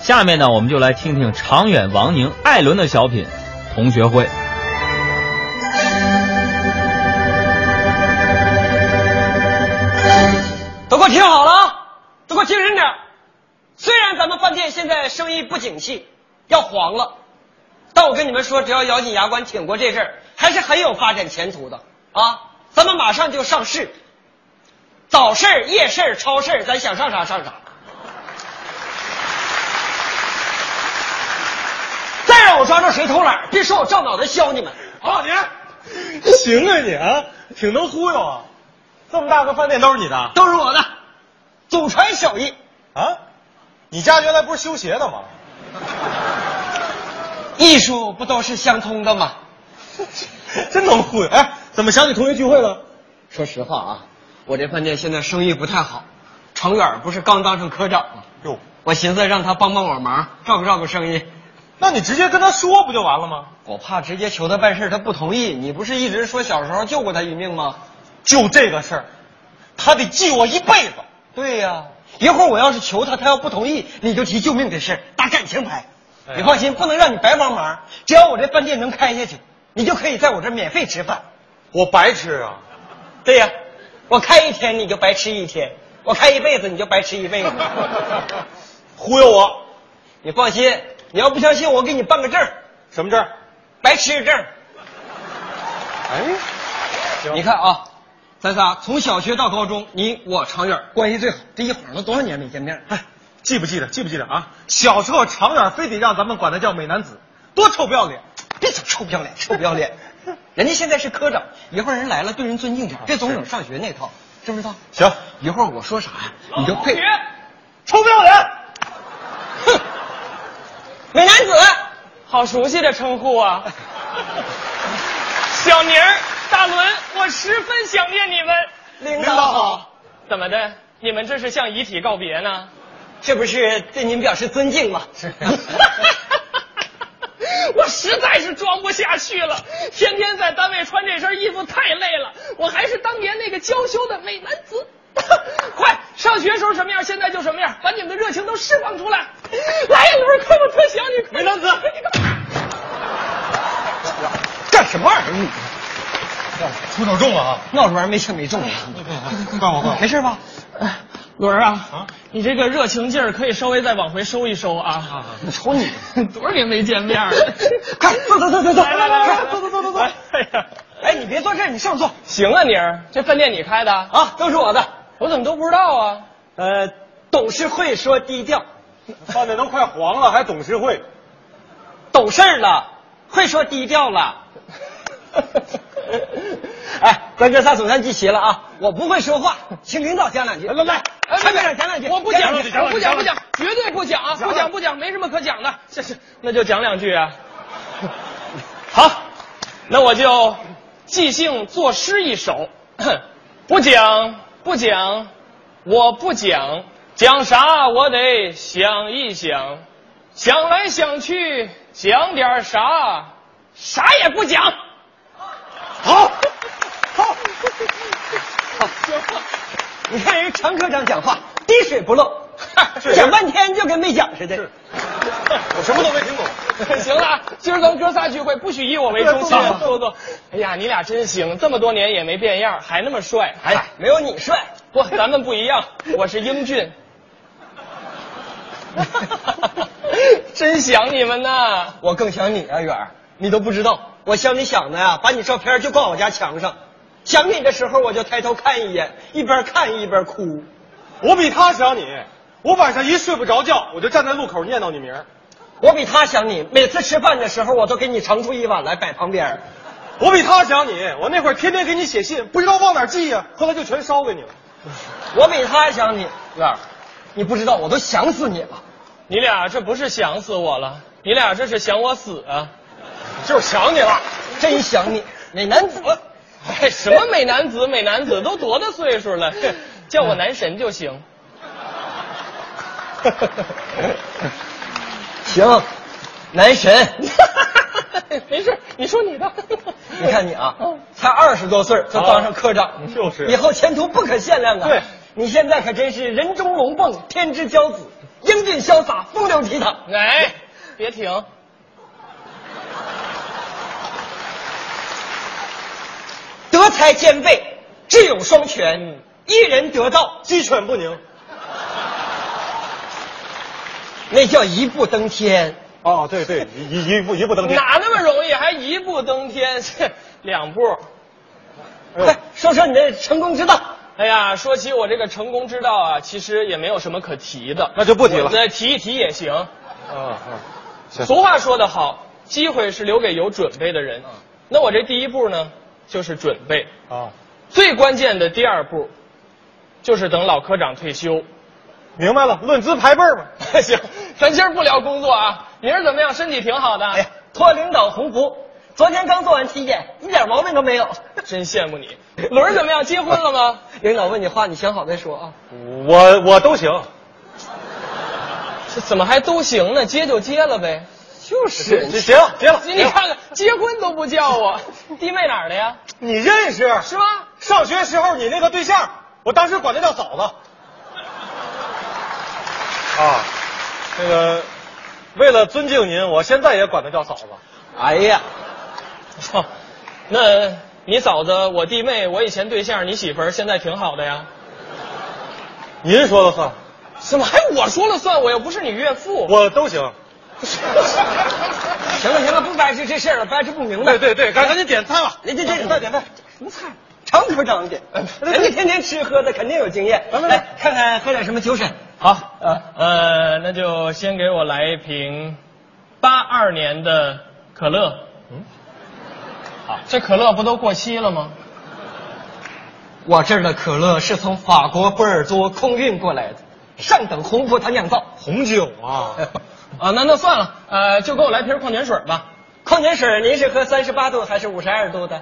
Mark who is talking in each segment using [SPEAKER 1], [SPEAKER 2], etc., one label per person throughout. [SPEAKER 1] 下面呢，我们就来听听长远、王宁、艾伦的小品《同学会》。
[SPEAKER 2] 都给我听好了，啊，都给我听真点儿。虽然咱们饭店现在生意不景气，要黄了，但我跟你们说，只要咬紧牙关挺过这阵儿，还是很有发展前途的啊！咱们马上就上市，早市、夜市、超市，咱想上啥上啥。再让我抓住谁偷懒儿，别说我照脑袋削你们。
[SPEAKER 3] 王老爷，行啊你啊，挺能忽悠啊！这么大个饭店都是你的
[SPEAKER 2] 都是我的，祖传手艺，
[SPEAKER 3] 啊？你家原来不是修鞋的吗？
[SPEAKER 2] 艺术不都是相通的吗？
[SPEAKER 3] 真能忽悠！哎，怎么想起同学聚会了？
[SPEAKER 2] 说实话啊，我这饭店现在生意不太好，程远不是刚当上科长吗？
[SPEAKER 3] 哟，
[SPEAKER 2] 我寻思让他帮帮我忙，照顾照顾生意。
[SPEAKER 3] 那你直接跟他说不就完了吗？
[SPEAKER 2] 我怕直接求他办事，他不同意。你不是一直说小时候救过他一命吗？
[SPEAKER 3] 就这个事儿，他得记我一辈子。
[SPEAKER 2] 对呀、一会儿我要是求他，他要不同意，你就提救命的事儿，打感情牌。
[SPEAKER 3] 哎呀
[SPEAKER 2] 你放心，不能让你白帮忙。只要我这饭店能开下去，你就可以在我这免费吃饭。
[SPEAKER 3] 我白痴啊！
[SPEAKER 2] 对呀、我开一天你就白吃一天，我开一辈子你就白吃一辈子。
[SPEAKER 3] 忽悠我，
[SPEAKER 2] 你放心，你要不相信，我给你办个证儿，
[SPEAKER 3] 什么证儿？
[SPEAKER 2] 白痴证儿。
[SPEAKER 3] 哎，行
[SPEAKER 2] 你看啊，咱仨从小学到高中，你我常远关系最好，这一晃都多少年没见面了？
[SPEAKER 3] 哎，记不记得？记不记得啊？小时候常远非得让咱们管他叫美男子，多臭不要脸！
[SPEAKER 2] 别总臭不要脸，臭不要脸！人家现在是科长，一会儿人来了对人尊敬点儿，别总整上学那套，知不知道？
[SPEAKER 3] 行，
[SPEAKER 2] 一会儿我说啥呀，你就配。
[SPEAKER 3] 臭不要脸！
[SPEAKER 2] 哼，美男子，好熟悉的称呼啊！
[SPEAKER 4] 小宁儿、大伦，我十分想念你们。
[SPEAKER 2] 领
[SPEAKER 3] 领导好，
[SPEAKER 4] 怎么的？你们这是向遗体告别呢？
[SPEAKER 2] 这不是对您表示尊敬吗？是
[SPEAKER 4] 我实在是装不下去了，天天在单位穿这身衣服太累了，我还是当年那个娇羞的美男子。 快，上学时候什么样，现在就什么样，把你们的热情都释放出来。来呀，伦儿，快，我特想你。美男子，
[SPEAKER 2] 干什么玩意儿？你
[SPEAKER 3] 出手重了啊！
[SPEAKER 2] 闹着玩儿没轻没重的。
[SPEAKER 3] 怪我怪我
[SPEAKER 2] 没事吧？
[SPEAKER 4] 伦儿啊，你这个热情 劲儿可以稍微再往回收一收啊！
[SPEAKER 2] 你瞅你，
[SPEAKER 4] 多少年没见面了。
[SPEAKER 2] 快坐坐坐坐坐，
[SPEAKER 4] 来来来来，
[SPEAKER 2] 坐坐坐坐坐
[SPEAKER 4] 哎。呀，
[SPEAKER 2] 哎，你别坐这儿，你上座
[SPEAKER 4] 行啊，妮儿， 这饭店你开的啊？
[SPEAKER 2] 啊，都是我的。
[SPEAKER 4] 我怎么都不知道啊？
[SPEAKER 2] 呃，董事会说低调，
[SPEAKER 3] 饭店都快黄了，还董事会？
[SPEAKER 2] 懂事儿了，会说低调了。 哎，咱哥仨总算集齐了啊！我不会说话，请领导讲两句。来来来，
[SPEAKER 4] 哎
[SPEAKER 2] 前面讲两句，
[SPEAKER 4] 我不讲，
[SPEAKER 2] 两句
[SPEAKER 4] 我不讲，
[SPEAKER 2] 两
[SPEAKER 4] 不
[SPEAKER 2] 句
[SPEAKER 4] 讲，绝对不讲啊！不讲不讲，没什么可讲的。这是，那就讲两句啊。好，那我就即兴作诗一首。不讲不讲，我不讲，讲啥我得想一想，想来想去讲点啥，啥也不讲。
[SPEAKER 3] 好，好，
[SPEAKER 2] 你看人常科长讲话滴水不漏，
[SPEAKER 3] 是
[SPEAKER 2] 讲半天就跟没讲似的。
[SPEAKER 3] 我什么都没听懂。
[SPEAKER 4] 行了，今儿咱哥仨聚会，不许以我为中心
[SPEAKER 3] 对。
[SPEAKER 4] 坐坐。哎呀，你俩真行，这么多年也没变样，还那么帅。哎，
[SPEAKER 2] 没有你帅，
[SPEAKER 4] 不，咱们不一样，我是英俊。 真想你们呐！
[SPEAKER 2] 我更想你啊，远儿，你都不知道，我想你想的呀、把你照片就挂我家墙上，想你的时候我就抬头看一眼，一边看一边哭。
[SPEAKER 3] 我比他想你，我晚上一睡不着觉，我就站在路口念叨你名儿；
[SPEAKER 2] 我比他想你，每次吃饭的时候我都给你盛出一碗来摆旁边儿。
[SPEAKER 3] 我比他想你，我那会儿天天给你写信，不知道往哪儿寄呀、后来就全烧给你了。
[SPEAKER 2] 我比他想你，远儿，你不知道我都想死你了。
[SPEAKER 4] 你俩这不是想死我了，你俩这是想我死啊！
[SPEAKER 3] 就是想你了，
[SPEAKER 2] 真想你，美男子。
[SPEAKER 4] 哎，什么美男子，美男子都多大岁数了，叫我男神就行。
[SPEAKER 2] 行，男 神。
[SPEAKER 4] 没事，你说你的。
[SPEAKER 2] 你看你啊，才二十多岁儿就当上科长，
[SPEAKER 3] 就是
[SPEAKER 2] 以后前途不可限量啊！
[SPEAKER 3] 对，
[SPEAKER 2] 你现在可真是人中龙凤，天之骄子，英俊潇洒，风流倜傥。
[SPEAKER 4] 哎，别停！
[SPEAKER 2] 德才兼备，智勇双全，一人得道，
[SPEAKER 3] 鸡犬不宁。
[SPEAKER 2] 那叫一步登天。
[SPEAKER 3] 哦，对对，一一一步一步登天。
[SPEAKER 4] 哪那么容易，还一步登天？ 两步。
[SPEAKER 3] 哎呦
[SPEAKER 2] 快说说你的成功之道。
[SPEAKER 4] 哎呀，说起我这个成功之道啊，其实也没有什么可提的。
[SPEAKER 3] 那就不提了
[SPEAKER 4] 我再提一提也行。
[SPEAKER 3] 啊啊，行
[SPEAKER 4] 俗话说得好，机会是留给有准备的人。
[SPEAKER 3] 嗯
[SPEAKER 4] 那我这第一步呢，就是准备。
[SPEAKER 3] 啊，
[SPEAKER 4] 最关键的第二步，就是等老科长退休。
[SPEAKER 3] 明白了，论资排辈儿嘛。
[SPEAKER 4] 行，咱今儿不聊工作啊，明儿怎么样？身体挺好的。
[SPEAKER 2] 哎呀，托领导鸿福，昨天刚做完体检，一点毛病都没有。
[SPEAKER 4] 真羡慕你。轮儿怎么样？结婚了 吗？
[SPEAKER 2] 领导问你话，你想好再说啊。
[SPEAKER 3] 我我都行，
[SPEAKER 4] 这怎么还都行呢？接就接了呗。
[SPEAKER 2] 就是
[SPEAKER 3] 行行了，
[SPEAKER 4] 你看看，结婚都不叫我，弟妹哪儿的呀？
[SPEAKER 3] 你认识
[SPEAKER 4] 是吗？
[SPEAKER 3] 上学时候你那个对象，我当时管她叫嫂子。啊，那个，为了尊敬您，我现在也管她叫嫂子。
[SPEAKER 2] 哎呀，
[SPEAKER 4] 哦 那你嫂子、我弟妹、我以前对象、你媳妇儿，现在挺好的呀？
[SPEAKER 3] 您说了算，
[SPEAKER 4] 怎么还我说了算？我又不是你岳父。
[SPEAKER 3] 我都行。
[SPEAKER 2] 行了行了，不掰扯这事儿了，掰扯不明白。
[SPEAKER 3] 对对对，赶赶紧点菜吧。
[SPEAKER 2] 人家这
[SPEAKER 3] 点菜点菜。
[SPEAKER 2] 什么菜？啊长腿长的，人家天天吃喝的，肯定有经验。
[SPEAKER 3] 来来来
[SPEAKER 2] 来，看看喝点什么酒水。
[SPEAKER 4] 好，呃，那就先给我来一瓶八二年的可乐。嗯，好，这可乐不都过期了吗？
[SPEAKER 2] 我这儿的可乐是从法国波尔多空运过来的，上等红葡萄酿造。
[SPEAKER 3] 红酒啊，
[SPEAKER 4] 啊，那那算了，呃，就给我来瓶矿泉水吧。
[SPEAKER 2] 矿泉水您是喝三十八度还是五十二度的？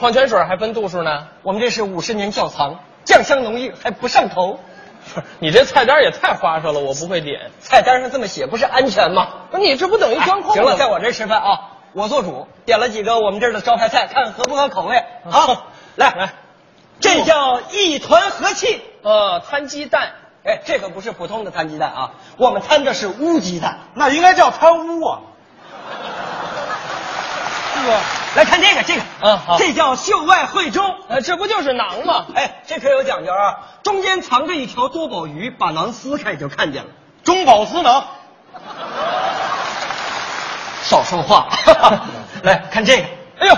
[SPEAKER 4] 矿泉水还分度数呢？
[SPEAKER 2] 我们这是五十年窖藏，酱香浓郁，还不上头。
[SPEAKER 4] 不是， 你这菜单也太花哨了，我不会点。
[SPEAKER 2] 菜单上这么写，不是安全吗？
[SPEAKER 4] 不是，你这不等于钻空
[SPEAKER 2] 行了，
[SPEAKER 4] 了
[SPEAKER 2] 在我这儿吃饭啊，我做主，点了几个我们这儿的招牌菜，看合不合口味。嗯好，来
[SPEAKER 4] 来，
[SPEAKER 2] 这叫一团和气。
[SPEAKER 4] 呃，摊鸡蛋。
[SPEAKER 2] 哎，这可不是普通的摊鸡蛋啊，我们摊的是乌鸡蛋。
[SPEAKER 3] 那应该叫贪污啊。
[SPEAKER 2] 来看这个，这个，
[SPEAKER 4] 嗯好
[SPEAKER 2] 这叫秀外慧中。
[SPEAKER 4] 呃，这不就是馕吗？
[SPEAKER 2] 哎，这可有讲究啊！中间藏着一条多宝鱼，把囊撕开就看见了。
[SPEAKER 3] 中饱私囊，
[SPEAKER 2] 少说话， 来看这个，
[SPEAKER 4] 哎呦，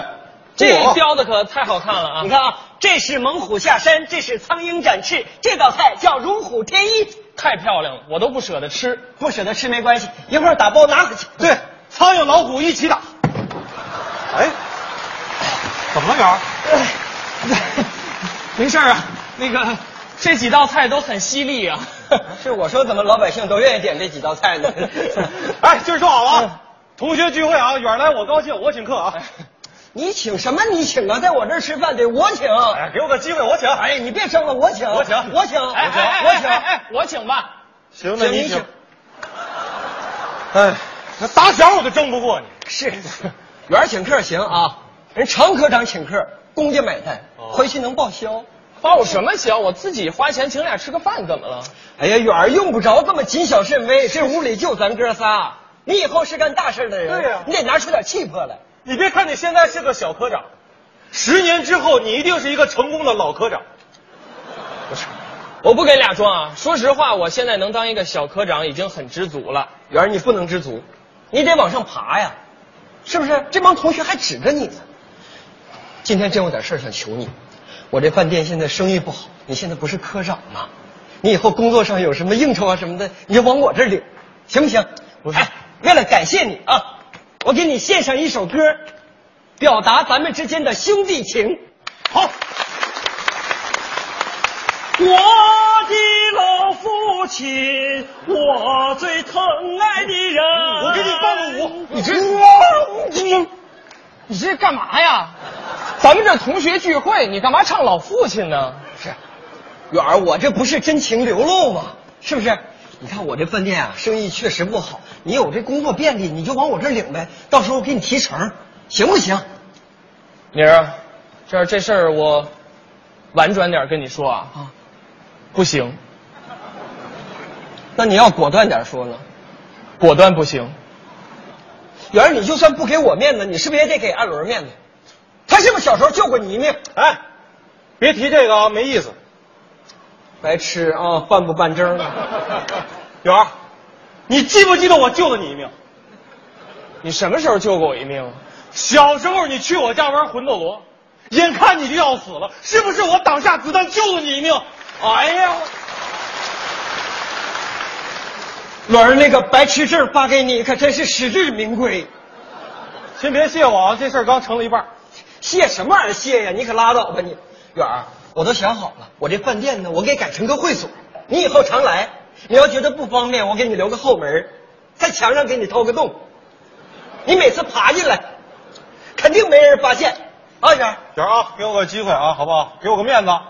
[SPEAKER 4] 这
[SPEAKER 3] 嚯
[SPEAKER 4] 雕的可太好看了啊！
[SPEAKER 2] 你，看啊，这是猛虎下山，这是苍鹰展翅，这道菜叫如虎添翼。
[SPEAKER 4] 太漂亮了，我都不舍得吃。
[SPEAKER 2] 不舍得吃没关系，一会儿打包拿回去。
[SPEAKER 3] 对，苍蝇老虎一 起打。 哎，怎么了，圆儿？
[SPEAKER 4] 没事啊，那个这几道菜都很犀利啊。
[SPEAKER 2] 是我说，怎么老百姓都愿意点这几道菜呢？
[SPEAKER 3] 哎，今儿说好了啊，同学聚会啊，远来我高兴，我请客啊。
[SPEAKER 2] 你请什么？你请啊，在我这儿吃饭得我请。
[SPEAKER 3] 哎，给我个机会，我请。
[SPEAKER 2] 哎，你别争了，我请，
[SPEAKER 3] 我请
[SPEAKER 2] 我请，
[SPEAKER 4] 哎哎哎
[SPEAKER 2] 我
[SPEAKER 4] 哎哎
[SPEAKER 2] 请。
[SPEAKER 4] 哎，我请吧。
[SPEAKER 3] 行，
[SPEAKER 2] 那你请。
[SPEAKER 3] 哎，那打小我就争不过你。
[SPEAKER 2] 是，园儿请客行啊，人常科长请客，公家买单，
[SPEAKER 3] 哦
[SPEAKER 2] 回去能报销。
[SPEAKER 4] 报什么销？我自己花钱请俩吃个饭，怎么了？
[SPEAKER 2] 哎呀，远儿用不着这么谨小慎微，这屋里就咱哥仨，你以后是干大事的人，
[SPEAKER 3] 对呀
[SPEAKER 2] 你得拿出点气魄来。
[SPEAKER 3] 你别看你现在是个小科长，十年之后你一定是一个成功的老科长。
[SPEAKER 4] 我不跟俩装啊！说实话，我现在能当一个小科长已经很知足了。
[SPEAKER 2] 远儿，你不能知足，你得往上爬呀，是不是？这帮同学还指着你呢。今天真有点事儿想求你，我这饭店现在生意不好，你现在不是科长吗？你以后工作上有什么应酬啊什么的，你就往我这儿领，行不行？我哎，为了感谢你啊，我给你献上一首歌，表达咱们之间的兄弟情。
[SPEAKER 3] 好，
[SPEAKER 2] 我的老父亲，我最疼爱的人。
[SPEAKER 3] 我给你伴
[SPEAKER 2] 哎
[SPEAKER 3] 个舞。
[SPEAKER 4] 你这，你你这干嘛呀？咱们这同学聚会，你干嘛唱老父亲呢？
[SPEAKER 2] 是，远儿，我这不是真情流露吗？是不是？你看我这饭店啊，生意确实不好，你有这工作便利，你就往我这儿领呗，到时候我给你提成，行不行？
[SPEAKER 4] 妮儿啊，这这事儿我婉转点跟你说啊，
[SPEAKER 2] 啊，
[SPEAKER 4] 不行。
[SPEAKER 2] 那你要果断点说呢。
[SPEAKER 4] 果断不行。
[SPEAKER 2] 圆儿，你就算不给我面子，你是不是也得给艾伦面子？他是不是小时候救过你一命？
[SPEAKER 3] 哎，别提这个啊，没意思。
[SPEAKER 2] 白痴啊，办不办证啊？
[SPEAKER 3] 圆儿，你记不记得我救了你一命？
[SPEAKER 4] 你什么时候救过我一命啊？
[SPEAKER 3] 小时候你去我家玩魂斗罗，眼看你就要死了，是不是我挡下子弹救了你一命？哎呀，
[SPEAKER 2] 伦儿，那个白痴证发给你，可真是实至名归。
[SPEAKER 3] 先别谢我啊，这事儿刚成了一半儿。
[SPEAKER 2] 谢什么玩意儿谢呀？你可拉倒吧你！远儿，我都想好了，我这饭店呢，我给改成个会所，你以后常来。你要觉得不方便，我给你留个后门儿，在墙上给你掏个洞，你每次爬进来，肯定没人发现。啊，远儿，
[SPEAKER 3] 圆儿啊，给我个机会啊，好不好？给我个面子，啊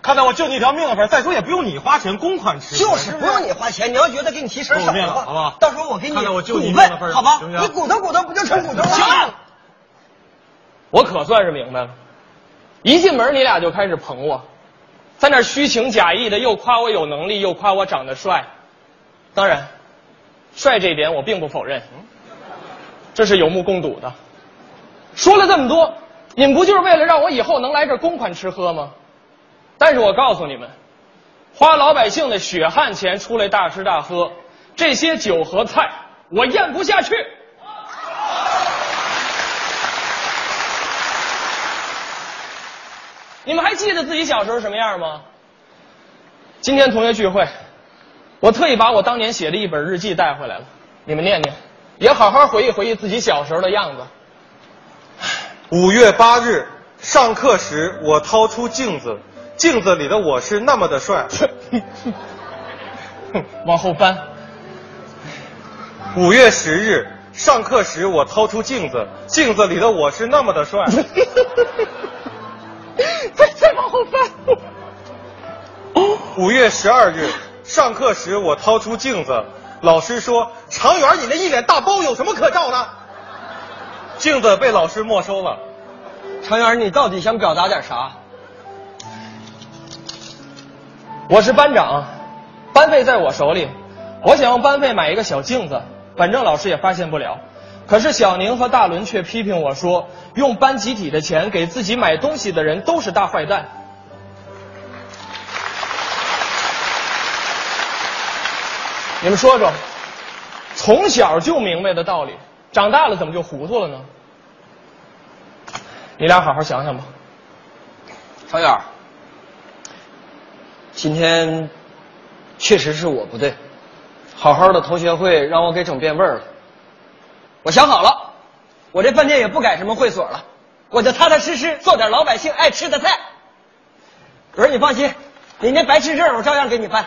[SPEAKER 3] 看在我救你一条命的份儿。再说也不用你花钱，公款吃。
[SPEAKER 2] 就是不用你花钱，你要觉得给你提成少
[SPEAKER 3] 够面
[SPEAKER 2] 的
[SPEAKER 3] 了
[SPEAKER 2] 话，
[SPEAKER 3] 好不好
[SPEAKER 2] 到时候我给你
[SPEAKER 3] 看在我救你
[SPEAKER 2] 股
[SPEAKER 3] 一命的份
[SPEAKER 2] 份，
[SPEAKER 3] 儿
[SPEAKER 2] 好吧？
[SPEAKER 3] 行不行
[SPEAKER 2] 你鼓捣鼓捣不啊就成股东了？
[SPEAKER 4] 行，我可算是明白了。一进门你俩就开始捧我，在那儿虚情假意的又夸我有能力，又夸我长得帅。当然，帅这一点我并不否认，这是有目共睹的。说了这么多，你们不就是为了让我以后能来这儿公款吃喝吗？但是我告诉你们，花老百姓的血汗钱出来大吃大喝，这些酒和菜我咽不下去。你们还记得自己小时候什么样吗？今天同学聚会，我特意把我当年写的一本日记带回来了，你们念念，也好好回忆回忆自己小时候的样子。
[SPEAKER 3] 五月八日，上课时我掏出镜子，镜子里的我是那么的帅。
[SPEAKER 4] 往后翻，
[SPEAKER 3] 五月十日，上课时我掏出镜子，镜子里的我是那么的帅。
[SPEAKER 4] 再再往后翻。
[SPEAKER 3] 五月十二日，上课时我掏出镜子，老师说：“常远，你那一脸大包有什么可照的？”镜子被老师没收了。
[SPEAKER 2] 常远，你到底想表达点啥？
[SPEAKER 4] 我是班长，班费在我手里，我想用班费买一个小镜子，反正老师也发现不了。可是小宁和大伦却批评我说，用班集体的钱给自己买东西的人都是大坏蛋。你们说说，从小就明白的道理，长大了怎么就糊涂了呢？你俩好好想想吧。
[SPEAKER 2] 常远，今天确实是我不对，好好的同学会让我给整变味儿了。我想好了，我这饭店也不改什么会所了，我就踏踏实实做点老百姓爱吃的菜。不是你放心，你那白痴证我照样给你办。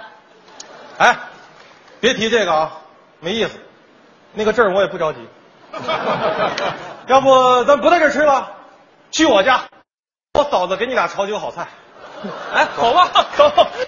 [SPEAKER 3] 哎，别提这个啊，没意思。那个证儿我也不着急。 要不咱不在这儿吃了，去我家，我嫂子给你俩炒几个好菜。
[SPEAKER 4] 哎，走吧，走。